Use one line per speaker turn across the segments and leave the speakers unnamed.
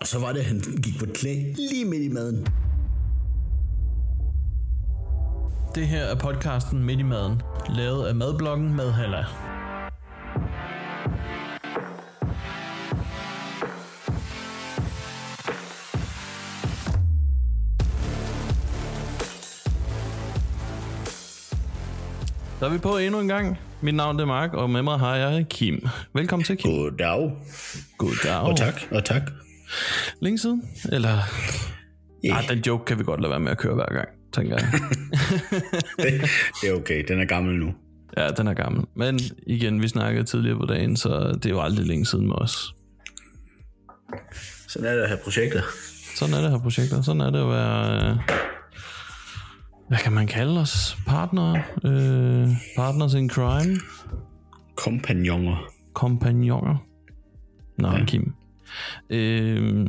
Og så var det, at han gik på klæ lige midt i maden.
Det her er podcasten Midt i Maden, lavet af Madbloggen med Halla. Så er vi på endnu en gang. Mit navn er Mark, og med mig har jeg Kim. Velkommen til, Kim.
Goddag.
Goddag.
Og tak, og tak.
Længe siden? Eller...
Ja.
Yeah. Ah, den joke kan vi godt lade være med at køre hver gang, tænker jeg.
Det, det er okay, den er gammel nu.
Ja, den er gammel. Men igen, vi snakkede tidligere på dagen, så det er jo aldrig længe siden med os.
Sådan er det at have projekter.
Sådan er det her projekter. Sådan er det at være... øh, Hvad kan man kalde os? Partner? Øh, partners in crime?
Kompagnoner.
Kompagnoner? Nå, ja. Kim. Øh,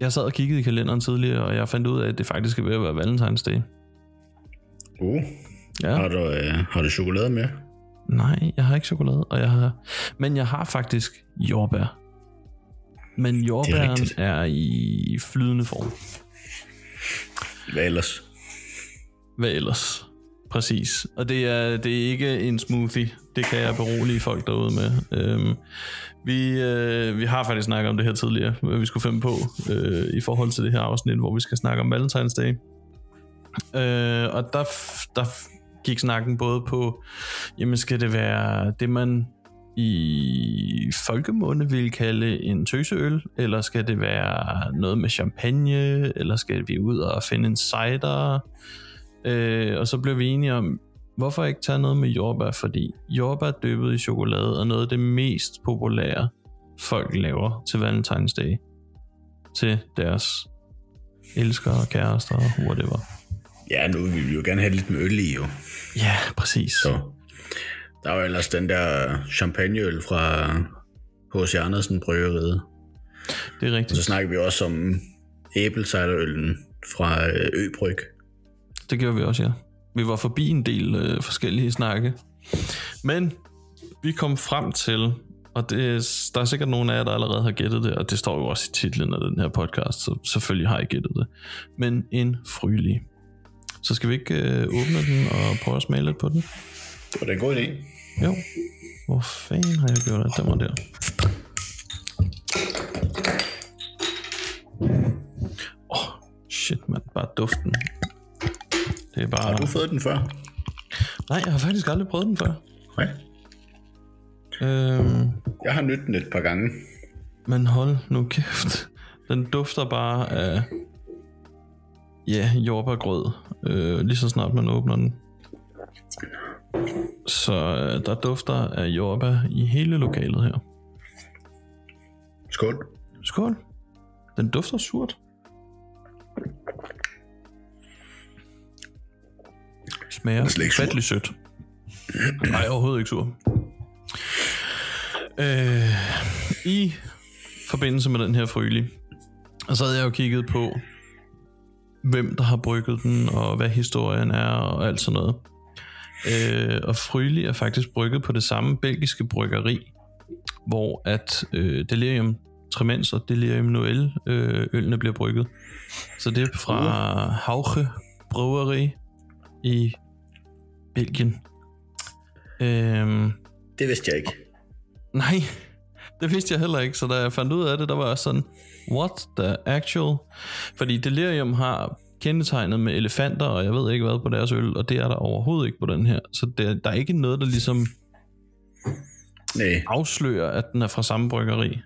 jeg sad og kiggede i kalenderen tidligere, og jeg fandt ud af, at det faktisk er ved at være Valentinsdag.
Uh,
Ja.
har, du, øh, har du chokolade med?
Nej, jeg har ikke chokolade, og jeg har... Men jeg har faktisk jordbær. Men jordbæren
rigtigt.
er, er i flydende form.
Hvad ellers?
Hvad ellers? Præcis. Og det er, det er ikke en smoothie. Det kan jeg berolige folk derude med. Øhm, vi, øh, vi har faktisk snakket om det her tidligere, hvad vi skulle finde på øh, i forhold til det her afsnit, hvor vi skal snakke om Valentine's Day. Øh, og der, f- der f- gik snakken både på, jamen skal det være det, man i folkemunde vil kalde en tøseøl, eller skal det være noget med champagne, eller skal vi ud og finde en cider? Øh, og så blev vi enige om, hvorfor ikke tage noget med jordbær, fordi jordbær dyppet i chokolade er noget af det mest populære, folk laver til valentinsdag. Til deres elskere, kærester, whatever.
Ja, nu vil vi jo gerne have lidt med øl i, jo.
Ja, præcis.
Så. Der var ellers den der champagneøl fra H.C. Andersen Bryggeriet.
Det
Og
er
så
rigtigt.
snakker vi også om æbleciderøllen fra øh, Øbryg.
Det gjorde vi også, ja. Vi var forbi en del øh, forskellige snakke. Men vi kom frem til, og det, er- der er sikkert nogen af jer, der allerede har gættet det, og det står jo også i titlen af den her podcast, så selvfølgelig har I gættet det. Men en frylig. Så skal vi ikke øh, åbne den og prøve at smage lidt på den?
Var det en god idé?
Jo. Hvor fanden har jeg gjort det? Den var der. Åh, oh, shit mand. Bare duften. Det er bare...
Har du fået den før?
Nej, jeg har faktisk aldrig prøvet den før.
Nej.
Øhm,
Jeg har nydt den et par gange.
men hold nu kæft. Den dufter bare af... Ja, jordbærgrød. Øh, lige så snart man åbner den. Så øh, der dufter af jordbær i hele lokalet her.
Skål.
Skål. Den dufter surt. Smager
slet ikke sur.
fattelig sødt. Nej, overhovedet ikke sur. Øh, I forbindelse med den her frylig, og så havde jeg jo kigget på, hvem der har brygget den, og hvad historien er, og alt sådan noget. Øh, og Fryli er faktisk brygget på det samme belgiske bryggeri, hvor at øh, Delirium Tremens og Delirium Noel øh, ølene bliver brygget. Så det er fra Hauge Bryggeri i Belgien. Øhm,
Det vidste jeg ikke.
Nej, det vidste jeg heller ikke, så da jeg fandt ud af det, der var jeg sådan, what the actual? Fordi delirium har kendetegnet med elefanter, og jeg ved ikke hvad på deres øl, og det er der overhovedet ikke på den her. Så det, der er ikke noget, der ligesom
Nej.
afslører, at den er fra samme bryggeri.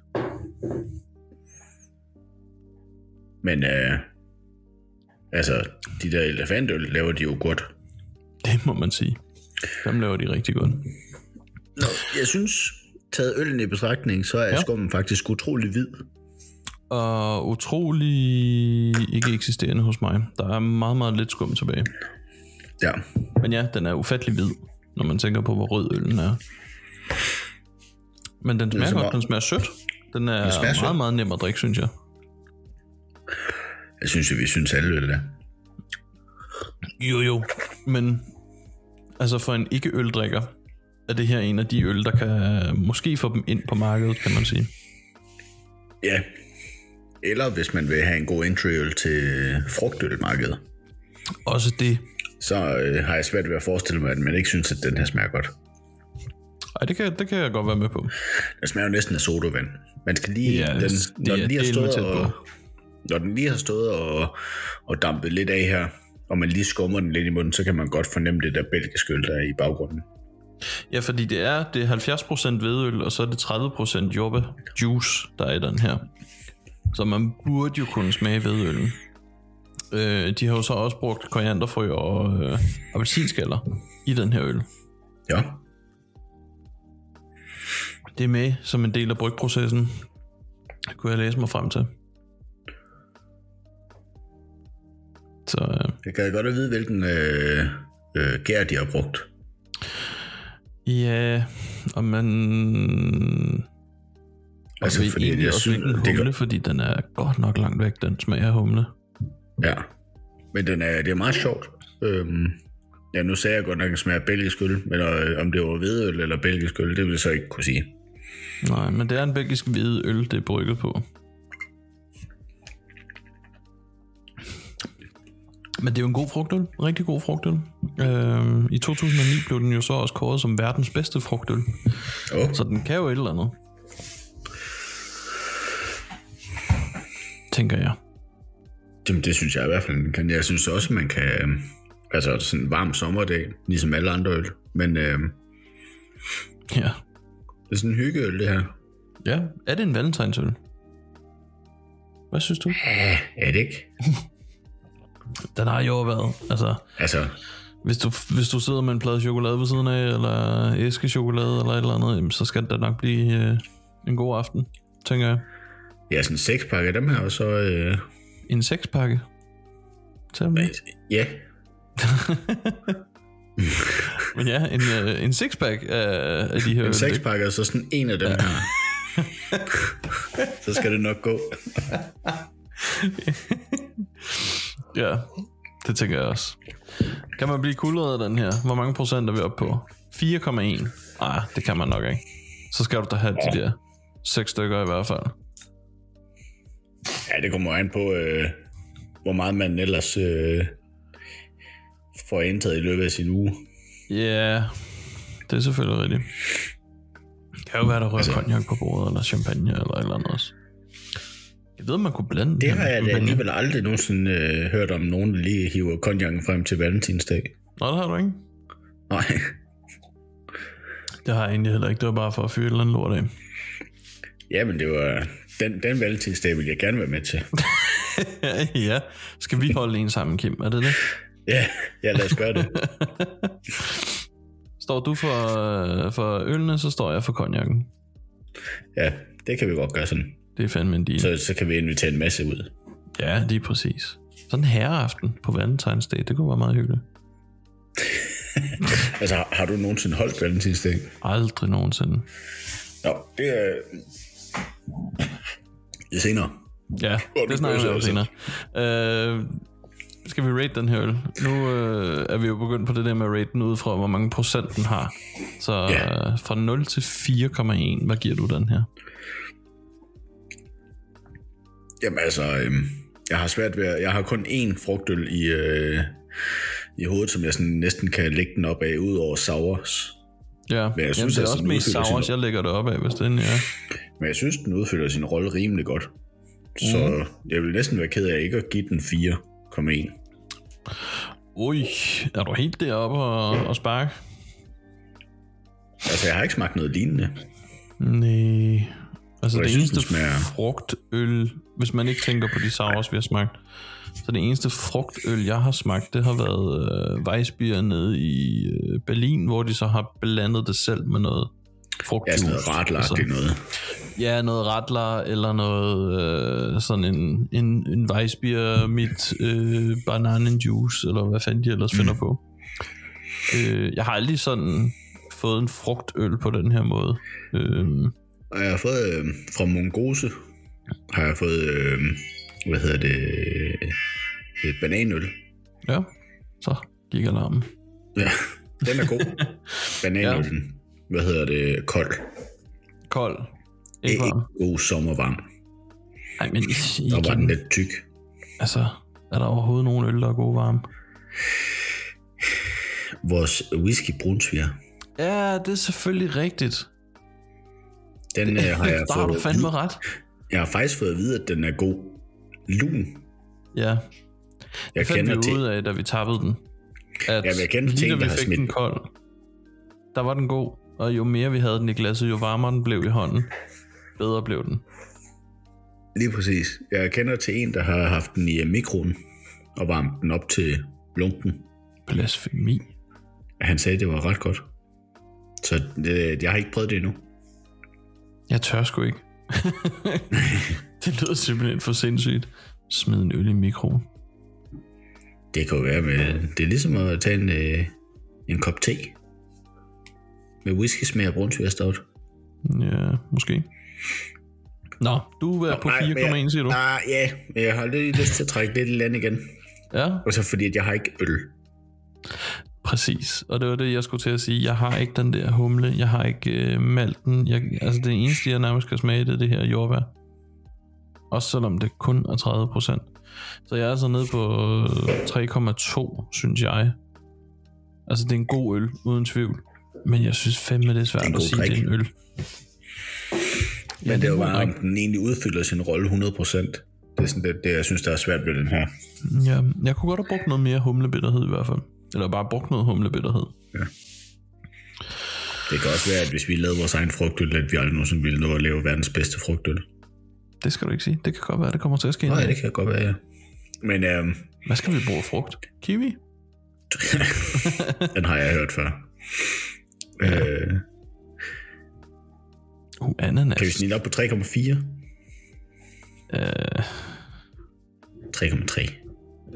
Men øh, altså, de der elefantøl laver de jo godt.
Det må man sige. Dem laver de rigtig godt.
Nå, jeg synes, taget øllen i betragtning, så er
Ja.
ja. skummen faktisk utrolig hvid.
Og utrolig ikke eksisterende hos mig. Der er meget, meget lidt skum tilbage.
Ja.
Men ja, den er ufattelig hvid, når man tænker på, hvor rød øllen er. Men den smager
som
godt,
om-
den smager sødt. Den er
smager
meget,
sødt.
meget nem at drikke, synes jeg.
Jeg synes, at vi synes alle øl er.
Jo, jo. Men altså for en ikke-øldrikker, er det her en af de øl, der kan måske få dem ind på markedet, kan man sige.
Ja. Eller hvis man vil have en god entryøl til frugtølmarkedet,
Også det.
så øh, har jeg svært ved at forestille mig, at man ikke synes, at den her smager godt.
Ej, det kan, det kan jeg godt være med på.
Den smager jo næsten af sodavand. Man skal lige,
Ja,
ja, den,
det-
når,
det er
den lige har
delen
stået
tæt på.
og, når den lige har stået og, og dampet lidt af her, og man lige skummer den lidt i munden, så kan man godt fornemme det der belgiske øl, der er i baggrunden.
Ja, fordi det er, det er 70% hvedøl, og så er det 30% jobbe juice, der er i den her. Så man burde jo kunne smage hvedølen. Øh, de har jo så også brugt korianderfrø og øh, appelsinskaller i den her øl.
Ja,
Det er med som en del af brygprocessen, kunne jeg læse mig frem til. Så øh,
jeg gad godt at vide, hvilken øh, øh, gær de har brugt.
ja, og man... Og
Altså, fordi
altså, fordi egentlig
jeg
også
synes,
hvilken
det kan-
humle, fordi den er godt nok langt væk, den smager af humle.
Ja, men den er, det er meget sjovt. Øhm, ja, nu sagde jeg godt nok, at den smager af belgisk øl, men øh, om det var hvedøl eller belgisk øl, det vil jeg så ikke kunne sige.
Nej, men det er en belgisk hvide øl, det er brygget på. Men det er jo en god frugtøl. en Rigtig god frugtøl. Øhm, I 2009 blev den jo så også kåret som verdens bedste frugtøl.
Åh,
Så den kan jo et eller andet. Tænker jeg.
Jamen, det synes jeg i hvert fald, man kan. Jeg synes også, man kan... øhm, Altså, sådan en varm sommerdag, ligesom alle andre øl. Men øh,
Ja.
det er sådan en hyggeøl, det her.
ja. Er det en valentinsøl? Hvad synes du?
Ja, Ah, er det ikke?
Den har jo været. Altså,
Altså,
Hvis du, hvis du sidder med en plade chokolade ved siden af, eller æskechokolade, eller et eller andet, jamen, så skal det da nok blive øh, en god aften, tænker jeg.
ja, sådan en sekspakke af dem her, og så... Øh,
En sekspakke. Tag dem lidt.
ja,
Men ja, en, øh, en sixpack af, af de her
en
øl, ikke?
sekspakke, og så sådan en af dem ja. her. så skal det nok gå.
Ja, det tænker jeg også. Kan man blive kuldret af den her? Hvor mange procent er vi oppe på? 4,1. Nej, Ah, det kan man nok ikke. Så skal du da have de der seks stykker i hvert fald.
Ja, det kommer jo an på, øh, hvor meget man ellers øh, får indtaget i løbet af sin uge.
Ja, yeah, det er selvfølgelig rigtigt. Det kan jo være, der rører altså, cognac på bordet, eller champagne, eller et eller andet også. Jeg ved, man kunne blande
Det
den
har
med
jeg da
champagne.
alligevel aldrig nogensinde øh, hørt om nogen, der lige hiver konjakken frem til valentinsdag.
Nå, det har du ikke.
Nej,
Det har jeg egentlig heller ikke. Det var bare for at fyre et eller andet lort af.
jamen det var... Den, den valentinsdag vil jeg gerne være med til.
ja, skal vi holde en sammen, Kim? Er det det?
Ja, ja lad os gøre det.
Står du for, øh, for ølene, så står jeg for konjakken.
Ja, det kan vi godt gøre sådan.
Det er fandme en deal.
Så, så kan vi invitere en masse ud.
Ja, lige præcis. Sådan en herreaften på valentinsdag, det kunne være meget hyggeligt.
Altså, har, har du nogensinde holdt valentinsdag?
Aldrig nogensinde.
Nå, det er... Det er senere.
Ja,
nu
det altså. snakker vi
bøsser
om senere. Øh, skal vi rate den her øl? Nu øh, er vi jo begyndt på det der med at rate den ud fra, hvor mange procent den har. Så
Ja.
øh, fra 0 til 4,1, hvad giver du den her?
Jamen altså, øhm, jeg har svært ved at, Jeg har kun én frugtøl i, øh, i hovedet, som jeg sådan næsten kan lægge den op af, ud over sours.
Ja, jeg
synes,
Jamen, det
at
er også
sådan
mest
udfylder
sours,
sin-
jeg lægger det op af, hvis den er.
Men jeg synes, den udfylder sin rolle rimelig godt. Så mm. jeg vil næsten være ked af ikke at give den 4,1.
Ui, er du helt deroppe og, og spark?
Altså, jeg har ikke smagt noget lignende.
Nej. Altså
Jeg
det
synes,
eneste
den smager-
frugtøl, hvis man ikke tænker på de sours, vi har smagt, så det eneste frugtøl, jeg har smagt, det har været øh, Weissbier nede i øh, Berlin, hvor de så har blandet det selv med noget frugt.
Ja, sådan noget
altså-
ratlagtigt noget.
Ja, noget ratler eller noget øh, sådan en, en, en Weissbier mit øh, bananenjuice, eller hvad fanden de
Mm.
ellers finder på. Øh, jeg har aldrig sådan fået en frugtøl på den her måde. Øh,
Og jeg har fået øh, fra Mongose, har jeg fået, øh, hvad hedder det, øh, bananøl.
Ja, så gik alarmen.
Ja, den er god. Bananøl. ja. Hvad hedder det? Kold.
Kold.
Det
Ikke
er
varm.
ikke god sommervarm.
Ej, men I, I
Der var
kan,
den lidt tyk.
altså, er der overhovedet nogen øl, der er gode varme?
Vores whisky brunsviger,
Ja, det er selvfølgelig rigtigt.
den øh, har jeg
Der har du
fået...
fandme ret.
Jeg har faktisk fået at vide, at den er god. Lun.
Ja,
Jeg
det fandt
kender
vi
til.
ud af, da vi tappede den. At
Jamen, jeg kender til
lige
en,
da
der
vi
har
fik
smidt
den
den.
kold, der var den god. Og jo mere vi havde den i glasset, jo varmere den blev i hånden. Bedre blev den.
Lige præcis. Jeg kender til en, der har haft den i øh, mikroen og varmt den op til lunken.
Blasfemi.
Han sagde, at det var ret godt. Så øh, jeg har ikke prøvet det endnu.
Jeg tør sgu ikke. det lyder simpelthen for sindssygt. Smid en øl i mikroen.
Det kan jo være med... Det er ligesom at tage en, øh, en kop te med whisky smag og brunsvigerstout.
Ja, måske. Nå, du er på
Nej, men
4,1,
jeg-
siger du?
Nej, Ah, ja. Men jeg har lidt lyst til at trække lidt i land igen.
Ja,
Og så fordi, at jeg har ikke øl.
Præcis, og det var det, jeg skulle til at sige. Jeg har ikke den der humle, jeg har ikke øh, malten. Jeg, altså det eneste, jeg nærmest kan smage, det er det her jordbær. Også selvom det kun er 30 procent. Så jeg er altså nede på øh, 3,2, synes jeg. Altså det er en god øl, uden tvivl. Men jeg synes fandme, det er svært
Det er en
at
god
sige, det er
drik.
en øl.
Men det er jo
en god
bare,
drik.
om den egentlig udfylder sin rolle 100%. Det er sådan det, det, jeg synes, der er svært ved den her.
Ja, jeg kunne godt have brugt noget mere humlebitterhed i hvert fald. Eller bare brugt noget humlebitterhed.
Det kan også være, at hvis vi lavede vores egen frugtøl, at vi aldrig nogensinde ville nå at lave verdens bedste frugtøl.
Det skal du ikke sige. Det kan godt være, det kommer til at ske. en
Nej,
dag.
det kan godt være, ja. Men øhm,
Hvad skal vi bruge frugt? Kiwi?
den har jeg hørt før. Øh,
Uh, ananas.
kan vi snille op på 3,4?
Øh,
3,3.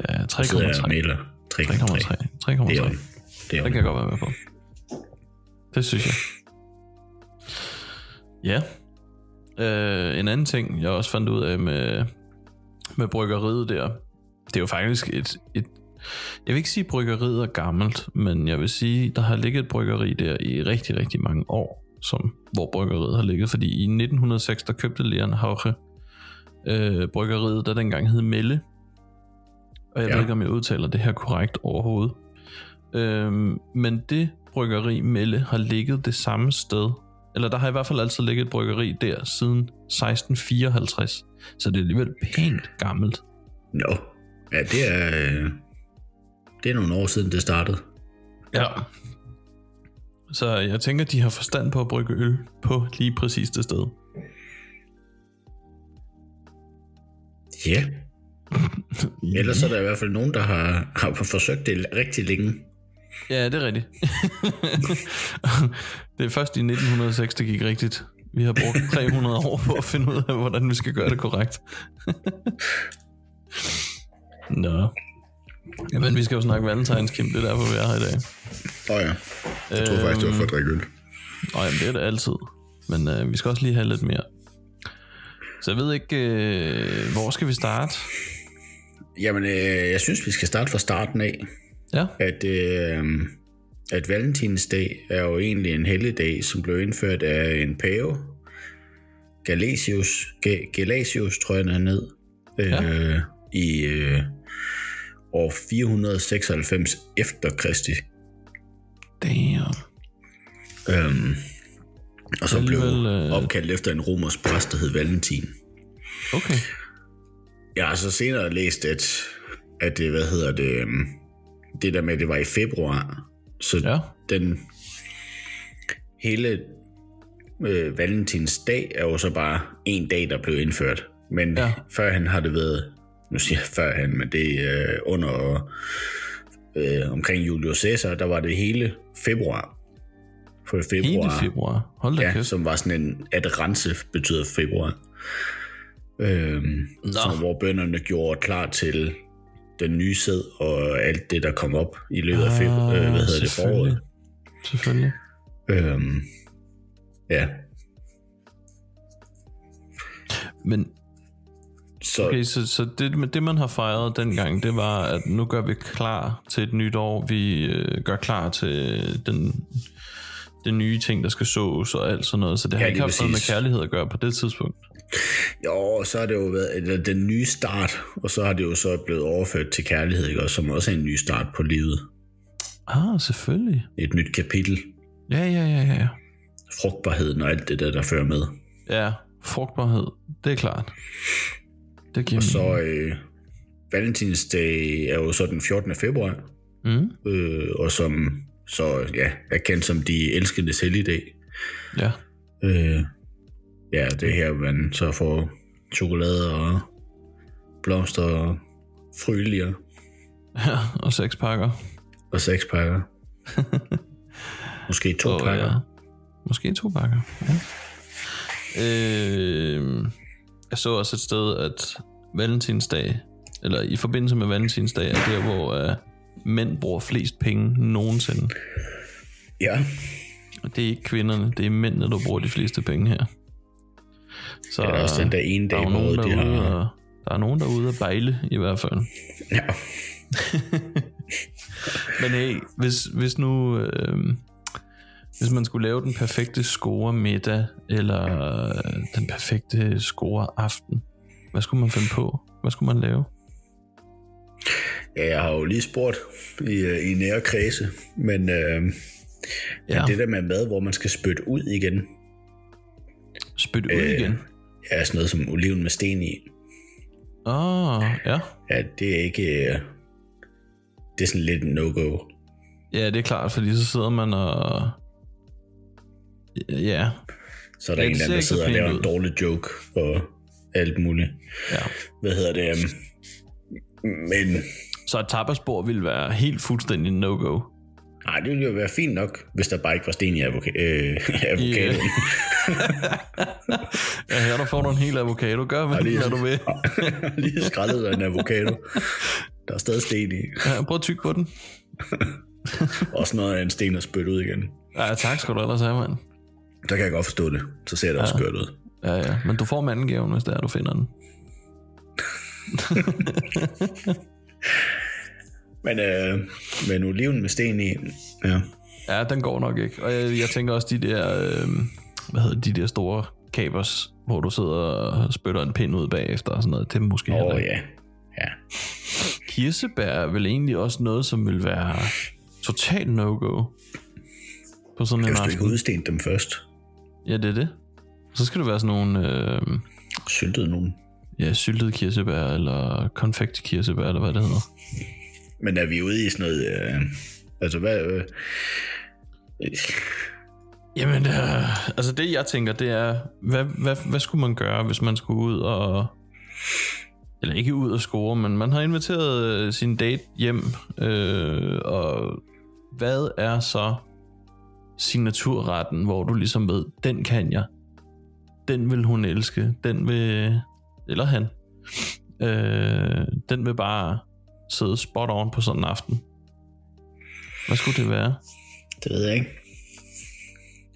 ja,
Så sidder jeg
3,3.
og maler. 3,3.
3,3.
Det er
3,3.
om. Det er
Det
om.
kan jeg godt være med på. Det synes jeg. Ja. Øh, en anden ting, jeg også fandt ud af med, med bryggeriet der, det er jo faktisk et, et... Jeg vil ikke sige, at bryggeriet er gammelt, men jeg vil sige, der har ligget et bryggeri der i rigtig, rigtig mange år, som, hvor bryggeriet har ligget. Fordi i 1906, der købte Leon Hauche øh, bryggeriet, der dengang hed Melle. Og jeg ja.
Ja.
ved ikke, om jeg udtaler det her korrekt overhovedet. Øhm, men det bryggeri Melle har ligget det samme sted, eller der har i hvert fald altid ligget et bryggeri der siden 1654, så det er alligevel pænt gammelt.
Nå. Ja, det er, øh, det er nogle år siden, det startede.
Ja. Så jeg tænker, de har forstand på at brygge øl på lige præcis det sted.
Ja. Ellers er der i hvert fald nogen, der har, har forsøgt det rigtig længe.
Ja, det er rigtigt. det er først i 1906, det gik rigtigt. Vi har brugt 300 år på at finde ud af, hvordan vi skal gøre det korrekt. Nå. Jamen, vi skal jo snakke valentines, Kim. Det er derfor, vi er her i dag.
Åh oh, ja. Jeg tror faktisk, det var for at drikke øl.
Nå, jamen, det er det altid. Men øh, vi skal også lige have lidt mere. Så jeg ved ikke, øh, hvor skal vi starte?
Jamen, øh, jeg synes, vi skal starte fra starten af.
Ja,
at, øh, at valentinsdag er jo egentlig en helligdag, som blev indført af en pave. Galatius, Ga- Galatius tror jeg, han ned. Øh, ja. I øh, år 496 efter Kristi.
damn.
Øhm, og så blev
Alligevel, øh,
opkaldt efter en romersk præst, der hed Valentin.
Okay.
Jeg har så senere læst, at, at det, hvad hedder det, øhm, det der med, at det var i februar, så
Ja.
den hele øh, valentinsdag er jo så bare en dag, der blev indført. Men
Ja.
ja. førhen har det været, nu siger jeg førhen, men det er øh, under øh, omkring Julius Caesar, der var det hele februar. For februar,
Hele februar. Hold da
ja,
kæft.
som var sådan en, at rense betyder februar. Øhm,
Nå.
så, hvor bønderne gjorde klar til den nye sæd og alt det, der kom op i løbet af februar, øh, hvad hedder det,
Ah, selvfølgelig.
foråret.
Selvfølgelig.
Øhm, ja,
Men
så okay.
Okay, så, så det, men det man har fejret dengang, det var, at nu gør vi klar til et nyt år. Vi øh, gør klar til den, den nye ting, der skal sås og alt sådan noget. Så det har
Ja,
ikke
lige
haft noget med
præcis.
kærlighed at gøre på det tidspunkt.
Jo, og så har det jo været eller den nye start, og så har det jo så blevet overført til kærlighed, ikke? Og som også er en ny start på livet.
Ah, selvfølgelig.
Et nyt kapitel.
Ja, ja, ja, ja, ja.
Frugtbarheden og alt det der, der fører med.
Ja, frugtbarhed, det er klart. Det giver
Og så
mening.
øh, Valentinsdag er jo så den 14. februar,
Mm,
øh, og som så ja, er kendt som de elskende helligdag.
ja.
Øh, ja, det er her, man så får chokolade og blomster og fryljer
ja, og seks pakker.
og seks pakker. Måske to
Og,
pakker.
ja, Måske to pakker, ja. Øh, jeg så også et sted, at valentinsdag, eller i forbindelse med valentinsdag, er der, hvor uh, mænd bruger flest penge nogensinde.
Ja,
Og det er ikke kvinderne, det er mændene, der bruger de fleste penge her. Så
det er også den der ene
der er
dag
jo
på
nogen
året, de
derude,
har.
og, der er nogen derude at bejle i hvert fald.
Ja.
Men hey, hvis, hvis nu... Øh, hvis man skulle lave den perfekte score middag, eller øh, den perfekte score aften, hvad skulle man finde på? Hvad skulle man lave?
ja, jeg har jo lige spurgt i, øh, i nære kredse, men øh,
Ja,
det der med mad, hvor man skal spytte ud igen,
spytte ud
øh,
igen.
er sådan noget som oliven med sten i.
Åh, oh, ja.
Ja, det er ikke... Øh, det er sådan lidt en no-go.
Ja, det er klart, fordi så sidder man og... Ja,
Så er der
Ja,
en
det
eller
ser
anden, der
ikke så
sidder og laver
pænt
en
ud.
dårlig joke og alt muligt.
ja.
Hvad hedder det? øhm, Men
Så et tapasbord ville være helt fuldstændig no-go.
nej, det ville jo være fint nok, hvis der bare ikke var sten i avoka- øh, avocadoen.
Yeah. Ja, her der får du en hel avocado. Gør, hvad,
lige-
hvad du vil.
Lige skrællet dig en avocado. Der er stadig sten i.
Ja, prøv at tykke på den.
Også noget af en sten at spytte ud igen.
Ja, tak skal du ellers have, mand.
Så kan jeg godt forstå det. Så ser det også skørt ud.
Ja, ja. Men du får mandengaven, hvis det er, du finder den.
Men, øh, men oliven med sten i, ja.
Ja, den går nok ikke. Og jeg, jeg tænker også de der, øh, hvad hedder de der store kapers, hvor du sidder og spytter en pind ud bagefter og sådan noget. Det er måske
Åh
heller
oh,
ikke.
ja. ja.
Kirsebær er vel egentlig også noget, som vil være totalt no-go på sådan en
Hvis du ikke
aften.
udsten dem først,
Ja, det er det. Så skal det være sådan nogle øh,
syltede nogen.
ja, syltede kirsebær, eller konfekt kirsebær, eller hvad det hedder.
Men er vi ude i sådan noget... Øh, altså, hvad... Øh, øh,
Jamen, øh, altså det jeg tænker, det er, hvad, hvad, hvad skulle man gøre, hvis man skulle ud og... Eller ikke ud og score, men man har inviteret øh, sin date hjem, øh, og hvad er så signaturretten, hvor du ligesom ved, den kan jeg. Den vil hun elske. Den vil... Eller han. Øh, den vil bare sidde spot on på sådan en aften. Hvad skulle det være?
det ved jeg ikke.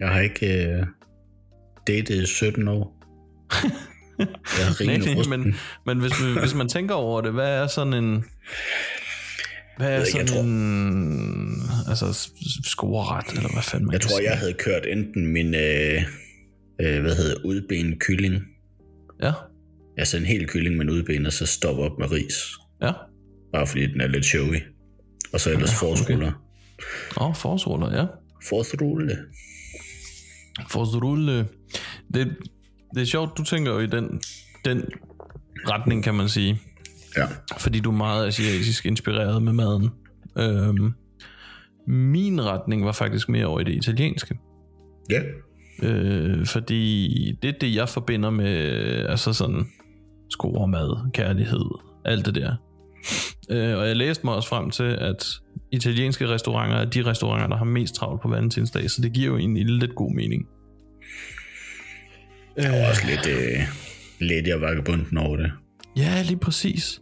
Jeg har ikke øh, datet i 17 år. Jeg er
Nej,
rimelig
nej,
rusten.
men, men hvis, hvis man tænker over det, hvad er sådan en... Hvad er
ved ikke, jeg
sådan
tror-
en... Altså, s- s- scoreret, eller hvad fanden man
Jeg
kan
tror,
sige.
jeg havde kørt enten min, øh, øh, hvad hedder, udben kylling.
Ja,
Altså en hel kylling med en udben, og så stoppe op med ris.
ja.
Bare fordi den er lidt showy. Og så ellers
Ja, Ah, okay.
forsruller.
Åh, oh, forårsruller, ja.
Forsrulle.
Forårsrulle. øh, Det, det er sjovt, du tænker jo i den, den retning, kan man sige.
Ja.
fordi du er meget asiatisk inspireret med maden. Øhm, min retning var faktisk mere over i det italienske.
Ja.
Øh, fordi det er det, jeg forbinder med altså sådan sko og mad, kærlighed, alt det der. Øh, og jeg læste mig også frem til, at italienske restauranter er de restauranter, der har mest travlt på valentinsdag, så det giver jo egentlig lidt god mening.
Jeg var også lidt, øh, lidt jeg vagabunden over det.
Ja, lige præcis.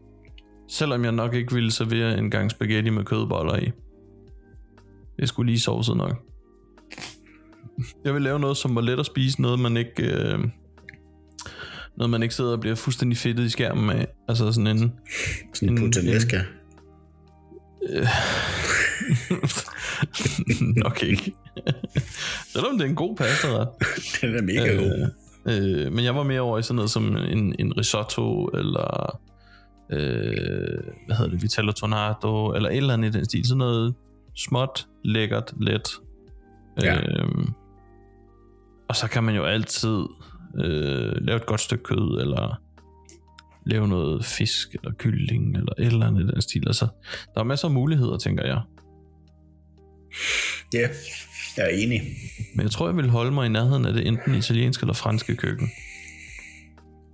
Selvom jeg nok ikke ville servere en gang spaghetti med kødboller i. Det skulle lige sovset nok. Jeg vil lave noget, som var let at spise, noget man ikke... Øh, noget man ikke sidder og bliver fuldstændig fedtet i skærmen af. Altså sådan en...
Sådan en
En-
putaneska.
nok ikke. Selvom det er en god pasta,
Den er mega god.
Øh, Øh, men jeg var mere over i sådan noget som en, en risotto, eller øh, hvad hedder det, Vitello Tornado, eller et eller andet i den stil. Sådan noget småt, lækkert, let.
Ja.
Øh, og så kan man jo altid øh, lave et godt stykke kød, eller lave noget fisk, eller kylling, eller et eller andet i den stil. Altså, der er masser af muligheder, tænker jeg.
Ja, jeg er enig.
Men jeg tror, jeg vil holde mig i nærheden af det enten italienske eller franske køkken.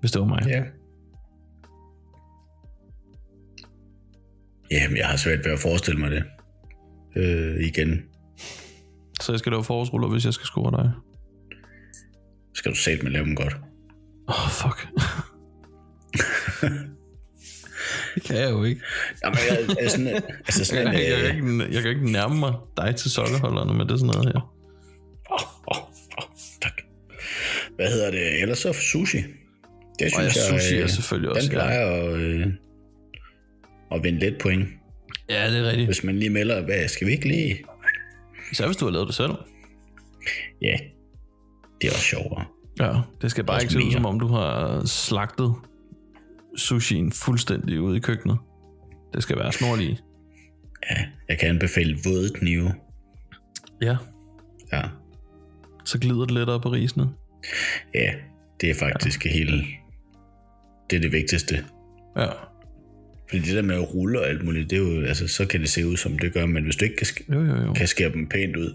Hvis det var mig.
Ja. Jamen, jeg har svært ved at forestille mig det. Øh, igen.
Så jeg skal lave forårsruller, hvis jeg skal score dig.
Skal du sætte med lave dem godt?
Åh, oh, fuck. det kan jeg jo ikke.
Jamen, jeg, altså, sådan, altså sådan
Jeg,
en... Øh,
jeg, jeg, kan ikke jeg kan ikke nærme mig dig til sokkerholderne med det sådan noget her.
oh, oh, oh, tak. Hvad hedder det? Ellers så sushi. Det synes
Og jeg,
jeg,
sushi er
øh,
selvfølgelig
den
også... Ja.
plejer at, øh, at vinde lidt point.
ja, det er rigtigt.
Hvis man lige melder, hvad skal vi ikke lige...
Især hvis du har lavet det selv.
Ja, det er også sjovere.
Ja, det skal bare
Også
ikke se ud,
mere.
som om du har slagtet sushien fuldstændig ude i køkkenet. Det skal være snorlige.
Ja, jeg kan anbefale våde knive.
Ja,
Ja,
så glider det lettere på risene.
ja det er faktisk ja. hele... Det er det vigtigste.
Ja.
Fordi det der med at rulle og alt muligt, det er jo, altså, så kan det se ud, som det gør. Men hvis du ikke kan, sk-
Jo, jo, jo.
kan skære dem pænt ud,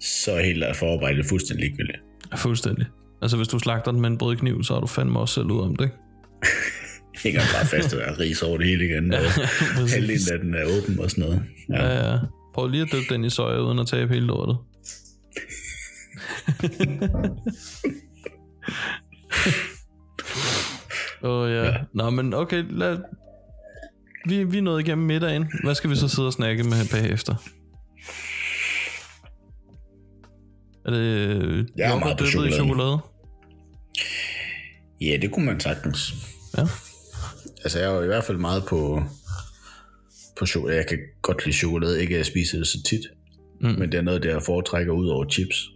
så er hele forarbejdet fuldstændig ligegyldigt.
Fuldstændig. Altså, hvis du slagter den med en brødkniv, så har du fandme også selv ud om det. ikke?
Hænger bare fast og der er ris over det hele igen. Og halvdelen af den er åben og sådan noget. Ja.
Ja, ja. Prøv lige at dyppe den i soja, uden at tabe hele lortet. Åh oh, ja. ja. Nå, men okay, lad... Vi, vi er nået igennem middagen. Hvad skal vi så sidde og snakke med bagefter? Er det øh,
Jeg er
jordbær
meget på
dyppet
chokoladen.
i chokolade?
ja, det kunne man sagtens.
Ja.
Altså, jeg er jo i hvert fald meget på, på chokolade. Jeg kan godt lide chokolade, ikke at jeg spiser det så tit. Mm. Men det er noget, der jeg foretrækker ud over chips.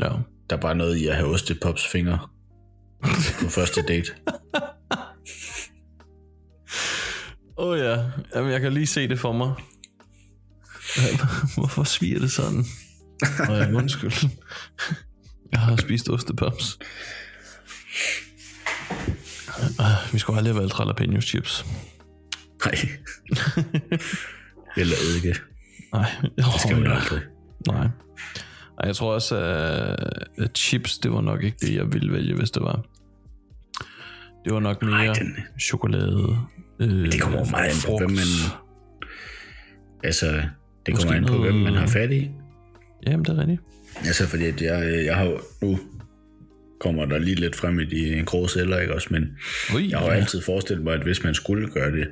Ja.
Der er bare noget i at have ostepops fingre på første date.
Åh oh, ja, Jamen, jeg kan lige se det for mig. Hvorfor sviger det sådan? Og jeg undskyld. Jeg har spist ostepops. Øh, Vi skulle aldrig have valgt jalapeno chips.
Nej. Eller eddike.
Nej, jeg
Det skal man aldrig.
Nej. Og jeg tror også, at- at chips, det var nok ikke det, jeg ville vælge, hvis det var. Det var nok mere
Nej,
Ej,
den,
chokolade. Øh,
det kommer jo meget an på,
frugt.
hvem man... Altså, det
Måske
kommer an på,
noget-
hvem man har fat i.
Jamen, det er rigtigt.
Altså, fordi at jeg, jeg har jo... Nu kommer der lige lidt frem i de grå celler, ikke også? Men
Ui,
Jeg har jo
ja.
altid forestillet mig, at hvis man skulle gøre det,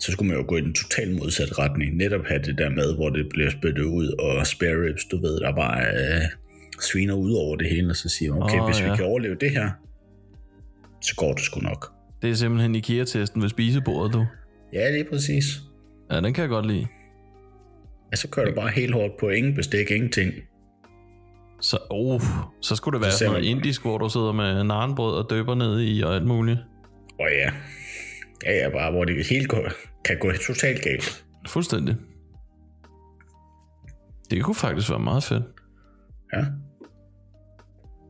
så skulle man jo gå i den totalt modsatte retning. Netop have det der med, hvor det bliver spyttet ud, og spare ribs, du ved, der bare øh, sviner ud over det hele, og så siger man, okay,
Åh,
oh, hvis ja.
ja.
vi kan overleve det her, så går det sgu nok.
Det er simpelthen IKEA-testen ved spisebordet, du.
Ja, det er præcis.
Ja, den kan jeg godt lide.
Ja, så kører du bare helt hårdt på ingen bestik, ingenting.
Så, oh, så skulle det være
Så ser
sådan noget
man-
indisk, hvor du sidder med narenbrød og døber ned i og alt muligt.
Og ja, ja, ja bare hvor det hele går, kan gå totalt galt.
Fuldstændig. Det kunne faktisk være meget fedt.
Ja.
Jamen,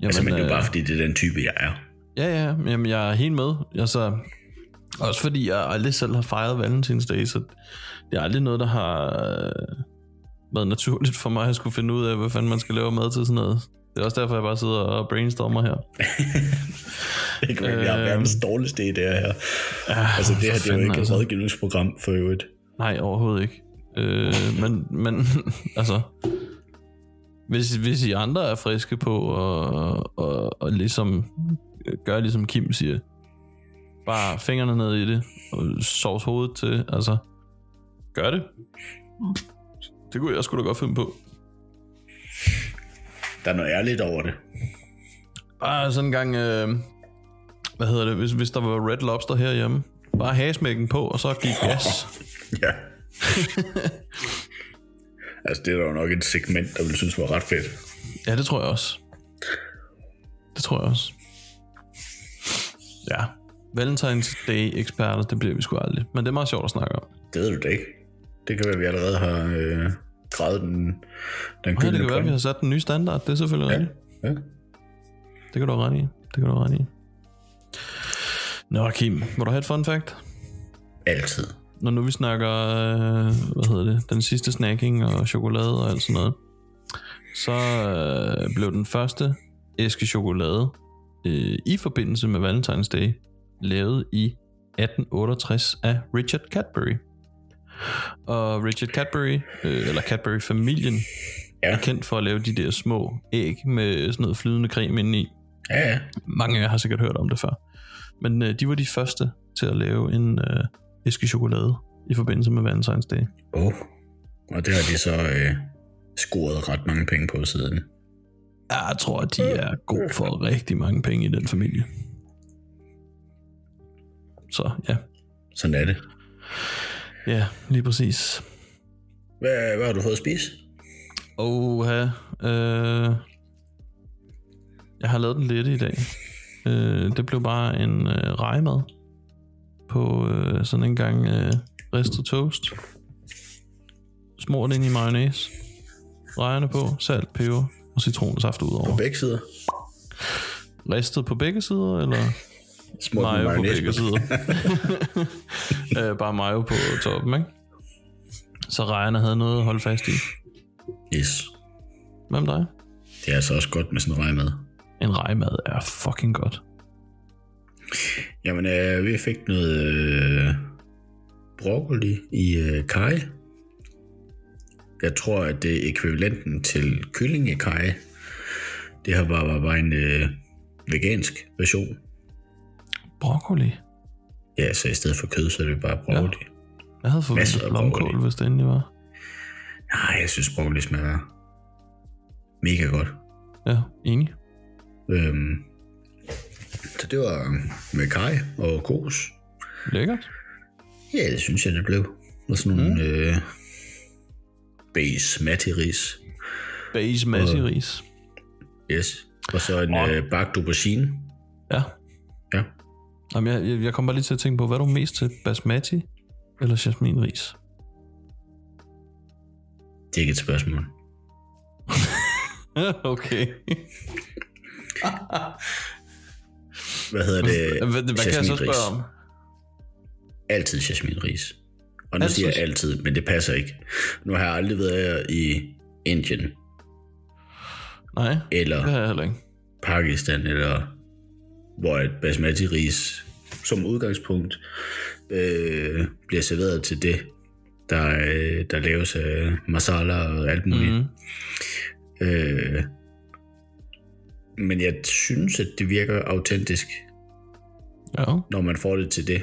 Altså, men det er
øh,
jo bare, fordi det er den type, jeg er.
Ja, ja, jamen, jeg er helt med. Altså, også fordi jeg aldrig selv har fejret Valentine's Day, så det er aldrig noget, der har øh, været naturligt for mig at skulle finde ud af, hvad fanden man skal lave mad til sådan noget. Det er også derfor, jeg bare sidder og brainstormer her.
Det kan være, jeg har
Øhm.
verdens dårligste idéer her.
Ja,
Altså, det her det er
for
jo
fanden,
ikke altså. et rådgivningsprogram for øvrigt.
Nej, overhovedet ikke. Øh, men, men altså, hvis, hvis I andre er friske på at og, og ligesom gøre ligesom Kim siger, bare fingrene ned i det, og sovs hovedet til, altså, gør det. Det kunne jeg sgu da godt finde på.
Der er noget ærligt over det.
Bare sådan en gang, øh, hvad hedder det, hvis, hvis der var Red Lobster herhjemme, bare hasmækken på, og så gik gas.
Ja. altså, det er der jo nok et segment, der ville synes var ret fedt.
Ja, det tror jeg også. Det tror jeg også. Ja. Valentine's Day-eksperter, det bliver vi sgu aldrig. Men det er meget sjovt at snakke om.
Det ved du det ikke. Det kan være, at vi allerede har øh, grædet den, den
Ja, det
gyldne
kan være, at
grøn.
vi har sat den nye standard. Det er selvfølgelig ja. rigtigt.
Ja.
Det kan du have ret i. Det kan du have ret i. Nå, Kim, må du have et fun fact?
Altid.
Når nu vi snakker, øh, hvad hedder det, den sidste snacking og chokolade og alt sådan noget, så øh, blev den første æske chokolade øh, i forbindelse med Valentine's Day lavet i 1868 af Richard Cadbury. Og Richard Cadbury, øh, eller Cadbury-familien,
Ja.
er kendt for at lave de der små æg med sådan noget flydende creme indeni.
Ja, ja.
Mange af jer har sikkert hørt om det før. Men øh, de var de første til at lave en øh, æske chokolade i forbindelse med Valentine's Day.
Åh. Oh. Og det har de så øh, scoret ret mange penge på siden.
Jeg tror, at de er gode for rigtig mange penge i den familie. Så ja,
Sådan er det.
ja lige præcis.
Hvad, hvad har du fået at spise?
Oha, øh, jeg har lavet den lette i dag. Øh, det blev bare en øh, rejmad på øh, sådan en gang øh, ristet toast. Smurt ind i mayonnaise. Rejerne på, salt, peber og citronsaft
På
udover.
begge sider.
Ristet på begge sider, eller
Smurt med
mayo på
mayonnaise
begge sider? øh, bare mayo på toppen, ikke? Så rejerne havde noget at holde fast i.
Yes.
Hvem dig?
Det er altså også godt med sådan noget rejmad.
En rejmad er fucking godt.
Jamen, øh, vi fik noget øh, broccoli i øh, kaj. Jeg tror, at det er ekvivalenten til kyllingekaj. Det her var, var, var en øh, vegansk version.
Broccoli?
Ja, så i stedet for kød, så er det bare broccoli. Ja.
Jeg havde
Masser
forventet
af
blomkål,
broccoli.
hvis det endelig var.
Nej, jeg synes, broccoli smager mega godt.
Ja, enig.
Øhm, så det var øh, med kaj og kos.
Lækkert.
Ja, det synes jeg, det blev. Og sådan nogle mm. øh, basmati ris.
Base masse ris.
Yes. Og så en øh, bagt aubergine.
Ja.
Ja.
Jamen, jeg, jeg- jeg kom bare lige til at tænke på, hvad er du mest til? Basmati eller jasminris?
Det er ikke et spørgsmål.
okay.
Hvad hedder det?
Hvad, hvad, hvad kan jeg så
Jasminris.
spørge om?
Altid jasminris. Og nu
Altid?
altid. siger jeg altid, men det passer ikke. Nu har jeg aldrig været i Indien,
Nej,
eller
det har jeg heller ikke.
Pakistan, eller hvor et basmati-ris som udgangspunkt øh, bliver serveret til det, der, øh, der laves af masala og alt muligt.
Mm.
Øh, men jeg synes, at det virker autentisk,
Ja,
når man får det til det.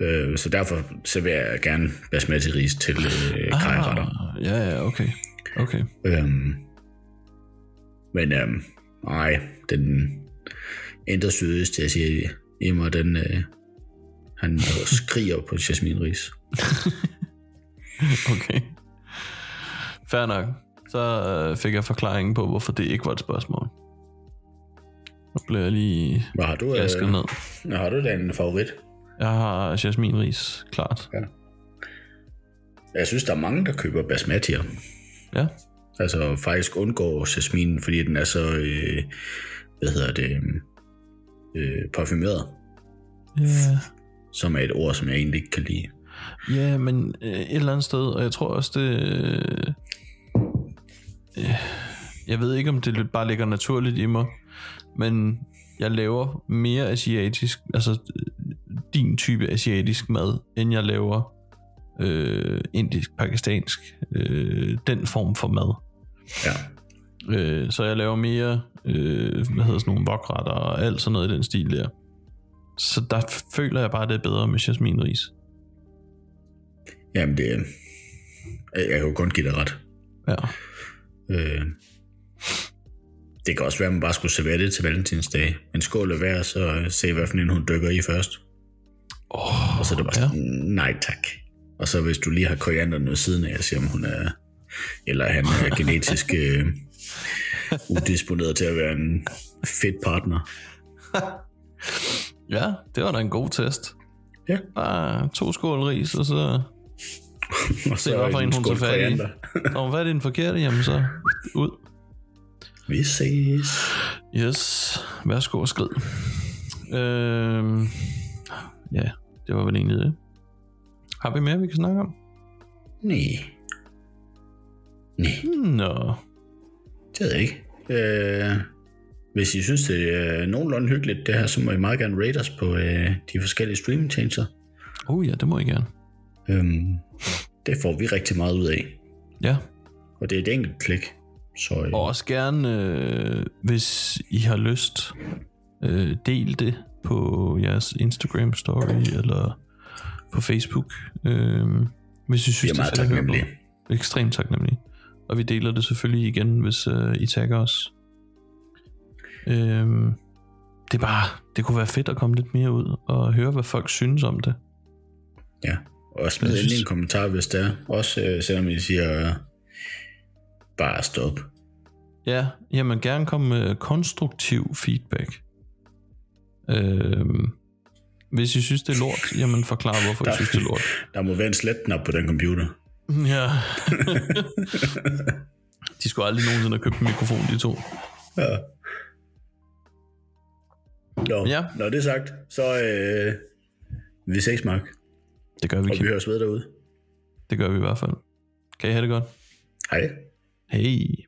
Øh, så derfor serverer jeg gerne basmati-ris til øh,
Ah.
kajretter.
ja, ja, okay. Okay.
Øhm, men øhm, nej, den indre sydøst, jeg siger i mig, den, øh, han skriger på Jasmin Ries.
Okay. Fair nok. Så øh, fik jeg forklaringen på, hvorfor det ikke var et spørgsmål. Nu blev jeg lige
Hvad har du,
flasket
øh,
ned.
har du da en favorit?
Jeg har jasminris, klart.
Jeg synes, der er mange, der køber basmatier.
Ja,
Altså faktisk undgår jasminen, fordi den er så, øh, hvad hedder det, øhm, øh, parfumeret,
ja,
som er et ord, som jeg egentlig ikke kan lide.
ja men øh, et eller andet sted, og jeg tror også, det... Øh, øh, jeg ved ikke, om det bare ligger naturligt i mig, men jeg laver mere asiatisk, altså øh, din type asiatisk mad, end jeg laver øh, indisk, pakistansk, øh, den form for mad.
Ja,
Øh, så jeg laver mere, øh, hvad hedder sådan nogle vokretter og alt sådan noget i den stil der. Så der f- føler jeg bare, det er bedre med jasminris.
jamen det, øh, jeg jeg kan jo kun give dig ret.
Ja.
Øh, det kan også være, at man bare skulle servere det til valentinsdag. En skål af hver, så øh, se, hvad for en hun dykker i først.
Oh,
Og så er det bare sådan, nej tak. Og så hvis du lige har korianderen ved siden af, og ser om hun er, eller han er genetisk øh, udisponeret til at være en fedt partner.
Ja, det var da en god test.
Ja.
Bare to skål ris, og så
og
se, hvad for en hun
skål
tager fat i.
koriander.
Nå, hvad er det den forkerte? Jamen så ud.
Vi ses.
Yes, værsgo og skrid. Øhm, ja, det var vel egentlig det. Har vi mere, vi kan snakke om?
Nej. Nej,
Nå,
det ved jeg ikke. Øh, hvis I synes, det er nogenlunde hyggeligt, det her, så må I meget gerne rate os på øh, de forskellige streamingtjenester.
oh ja, det må I gerne.
Øhm, det får vi rigtig meget ud af.
Ja,
Og det er et enkelt klik. Så øh,
og også gerne, øh, hvis I har lyst, øh, del det på jeres Instagram story eller på Facebook. Øh, hvis I
vi
synes,
er
det
meget
fedt at høre på.
taknemmelige.
Ekstremt taknemmelige. Og vi deler det selvfølgelig igen, hvis øh, I tagger os. Øhm, det er bare, det kunne være fedt at komme lidt mere ud og høre, hvad folk synes om det.
Ja. Og smid
Jeg
endelig
synes-
en kommentar, hvis det er. Også øh, selvom I siger, øh, bare stop.
Ja, jamen gerne komme med konstruktiv feedback. Øhm, hvis I synes, det er lort, jamen forklar, hvorfor I
Der-
synes, det er lort.
Der må være en sletknap på den computer.
Ja. de skulle aldrig nogensinde have købt en mikrofon, de to.
Ja. Nå,
Ja.
ja. når det er sagt, så øh, vi ses, Mark.
Det gør vi,
Og vi
Kim.
høres ved derude.
Det gør vi i hvert fald. Kan I have det godt?
Hej.
Hej.